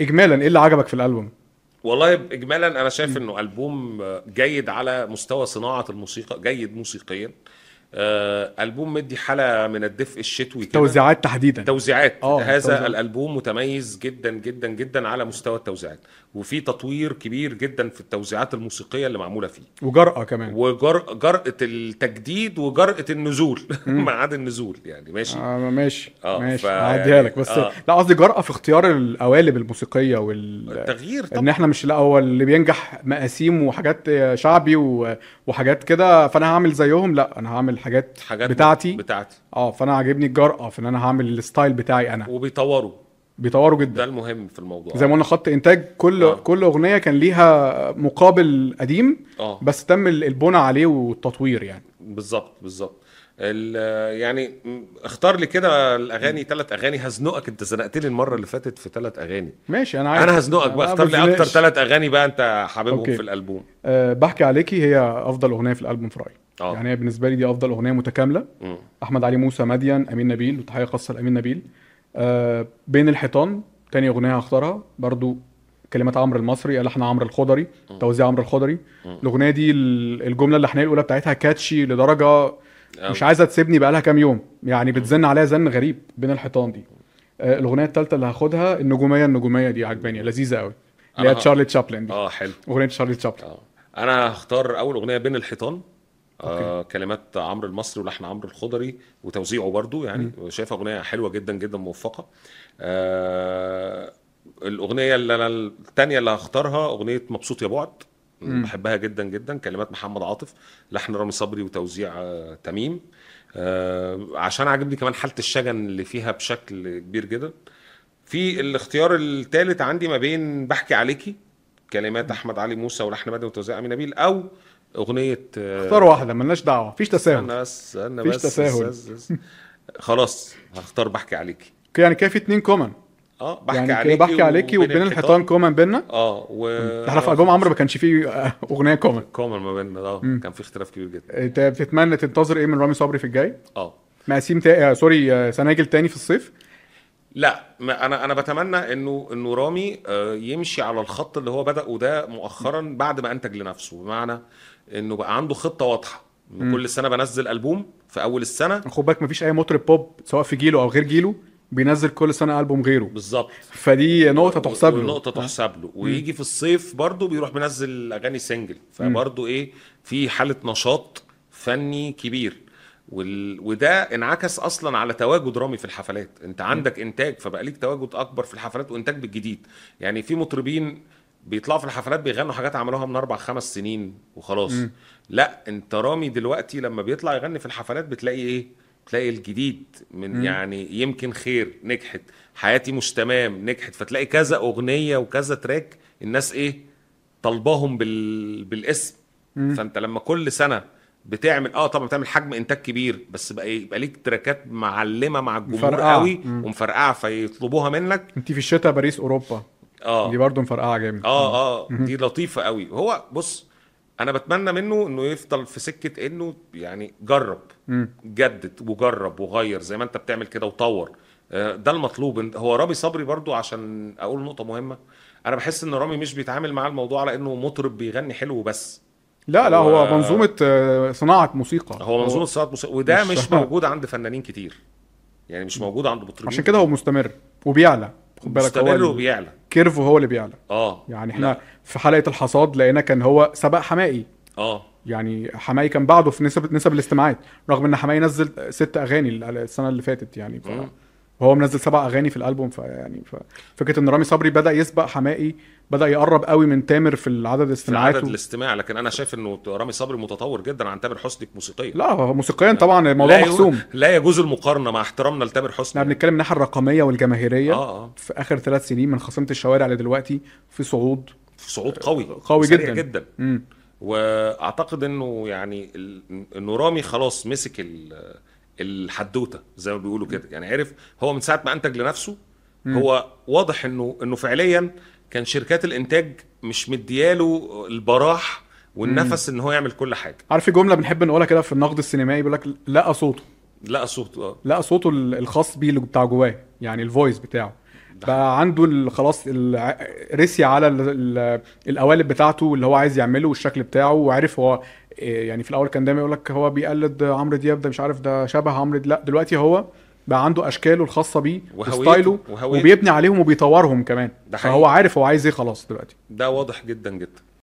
اجمالا ايه اللي عجبك في الالبوم والله اجمالا انا شايف انه البوم جيد على مستوى صناعه الموسيقى جيد موسيقيا آه، البوم مدي حاله من الدفء الشتوي كده. توزيعات تحديدا توزيعات آه، هذا توزيعات. الالبوم متميز جدا جدا جدا على مستوى التوزيعات وفي تطوير كبير جدا في التوزيعات الموسيقيه اللي معموله فيه وجرأة كمان وجرأة التجديد وجرأة النزول معاد النزول يعني ماشي آه ماشي آه، ماشي فا هعديها يعني- لك بس آه. لا قصدي جرأة في اختيار القوالب الموسيقية وال التغيير طبعا ان احنا مش لا هو اللي بينجح مقاسيم وحاجات آه، شعبي و- وحاجات كده فانا هعمل زيهم لا انا هعمل حاجات حاجات بتاعتي بتاعتي اه فانا عاجبني الجرأة في ان انا هعمل الستايل بتاعي انا وبيطوروا بيطوروا جدا ده المهم في الموضوع زي ما قلنا خط انتاج كل آه. آه. كل اغنيه كان ليها مقابل قديم اه بس تم ال- البنى عليه والتطوير يعني بالظبط بالظبط ال- يعني م- اختار لي كده الاغاني ثلاث اغاني هزنقك انت زنقتني المره اللي فاتت في ثلاث اغاني ماشي انا عارف انا هزنقك بقى ما اختار لي اكتر بزنقش. ثلاث اغاني بقى انت حاببهم أوكي. في الالبوم أه بحكي عليكي هي افضل اغنيه في الالبوم في رايي اه يعني هي بالنسبه لي دي افضل اغنيه متكامله مم. احمد علي موسى مديان امين نبيل وتحيه خاصه لامين نبيل أه بين الحيطان تاني اغنيه هختارها برضو كلمات عمرو المصري لحن عمرو الخضري مم. توزيع عمرو الخضري مم. الاغنيه دي ال- الجمله اللحنيه الاولى بتاعتها كاتشي لدرجه أوي. مش عايزه تسيبني بقالها كام يوم يعني بتزن عليها زن غريب بين الحيطان دي آه، الاغنيه الثالثه اللي هاخدها النجوميه النجوميه دي عجباني لذيذه قوي اللي هي أنا ه- تشارلي تشابلن دي اه حلو اغنيه تشارلي تشابلن اه انا هختار اول اغنيه بين الحيطان آه كلمات عمرو المصري ولحن عمرو الخضري وتوزيعه برضو يعني شايفها اغنيه حلوه جدا جدا موفقه آه الاغنيه اللي انا الثانيه اللي هختارها اغنيه مبسوط يا بعد مم. بحبها جدا جدا كلمات محمد عاطف لحن رامي صبري وتوزيع آه تميم آه عشان عاجبني كمان حاله الشجن اللي فيها بشكل كبير جدا في الاختيار الثالث عندي ما بين بحكي عليكي كلمات احمد علي موسى ولحن مدني وتوزيع امين نبيل او اغنيه آه، اختار واحده ملناش دعوه مفيش تساهل انا بس انا مفيش بس تساهل. بس- بس- خلاص هختار بحكي عليكي يعني كده في اتنين كومن اه بحكي يعني كده عليكي بحكي عليكي وبين الحيطان كومن بينا اه و احنا في البوم عمرو ما كانش فيه آه، اغنيه كومن كومن ما بيننا اه مم. كان في اختلاف كبير جدا انت بتتمنى تنتظر ايه من رامي صبري في الجاي اه مقاسيم تا... آه، سوري آه، سناجل تاني في الصيف لا ما انا انا بتمنى انه انه رامي آه، يمشي على الخط اللي هو بدأه ده مؤخرا بعد ما انتج لنفسه بمعنى انه بقى عنده خطه واضحه إنه مم. كل سنه بنزل البوم في اول السنه خد بالك مفيش اي مطرب بوب سواء في جيله او غير جيله بينزل كل سنه البوم غيره بالظبط فدي نقطه تحسب له نعم. نقطة تحسب له ويجي في الصيف برضه بيروح منزل أغاني سنجل فبرضه إيه في حالة نشاط فني كبير وال... وده انعكس اصلا على تواجد رامي في الحفلات انت عندك انتاج فبقى ليك تواجد اكبر في الحفلات وانتاج بالجديد يعني في مطربين بيطلعوا في الحفلات بيغنوا حاجات عملوها من اربع خمس سنين وخلاص مم. لا انت رامي دلوقتي لما بيطلع يغني في الحفلات بتلاقي ايه بتلاقي الجديد من مم. يعني يمكن خير نجحت حياتي مش تمام نجحت فتلاقي كذا اغنيه وكذا تراك الناس ايه طالباهم بال... بالاسم مم. فانت لما كل سنه بتعمل اه طبعا بتعمل حجم انتاج كبير بس بقى ايه يبقى ليك تراكات معلمه مع الجمهور مفرقعة. قوي مم. ومفرقعه فيطلبوها منك انت في الشتاء باريس اوروبا اه دي برضه مفرقعه جامد اه اه دي لطيفه قوي هو بص انا بتمنى منه انه يفضل في سكه انه يعني جرب مم. جدد وجرب وغير زي ما انت بتعمل كده وطور آه، ده المطلوب إن- هو رامي صبري برضو عشان اقول نقطه مهمه انا بحس ان رامي مش بيتعامل مع الموضوع على انه مطرب بيغني حلو بس لا لا هو- هو منظومه آه، صناعه موسيقى هو منظومه صوت موسيقى وده مش- مش, موجود عند فنانين كتير يعني مش موجود عند مطربين عشان كده هو مستمر وبيعلى خد بالك مستمر هو وبيعلى الكيرف هو اللي بيعلى اه يعني احنا في حلقه الحصاد لقينا كان هو سبق حمائي اه يعني حماي كان بعده في نسب نسب الاستماعات رغم ان حماي نزل ست اغاني ال- السنه اللي فاتت يعني ف... مم. وهو منزل سبع اغاني في الالبوم فيعني ف... فكره ان رامي صبري بدا يسبق حمائي بدا يقرب قوي من تامر في العدد في عدد الاستماعات و... الاستماع لكن انا شايف انه رامي صبري متطور جدا عن تامر حسني موسيقيا لا هو موسيقيا طبعا الموضوع لا يجوز- محسوم لا يجوز المقارنه مع احترامنا لتامر احنا حسني بنتكلم الناحيه الرقميه والجماهيريه اه اه في اخر ثلاث سنين من خصمت الشوارع لدلوقتي في صعود صعود قوي قوي جدا. وسريع جدا مم. واعتقد انه يعني ال- انه رامي خلاص مسك ال- الحدوته زي ما بيقولوا كده يعني عرف هو من ساعه ما انتج لنفسه هو واضح انه انه فعليا كان شركات الانتاج مش مدياله البراح والنفس ان هو يعمل كل حاجه عارف في جمله بنحب نقولها كده في النقد السينمائي بيقول لك لقى صوته لقى صوته آه. لقى صوته ال- الخاص بيه اللي بتاع جواه يعني الفويس بتاعه بقى عنده ال- خلاص الع- رسي على ال- ال- القوالب بتاعته اللي هو عايز يعمله والشكل بتاعه وعرف هو إيه، يعني في الاول كان دايما يقول لك هو بيقلد عمرو دياب ده مش عارف ده شبه عمرو دياب. لا دلوقتي هو بقى عنده اشكاله الخاصه بيه وهويته- وستايله وهويته. وبيبني عليهم وبيطورهم كمان ده فهو حقيقي. عارف هو عايز ايه إيه خلاص دلوقتي ده واضح جدا جدا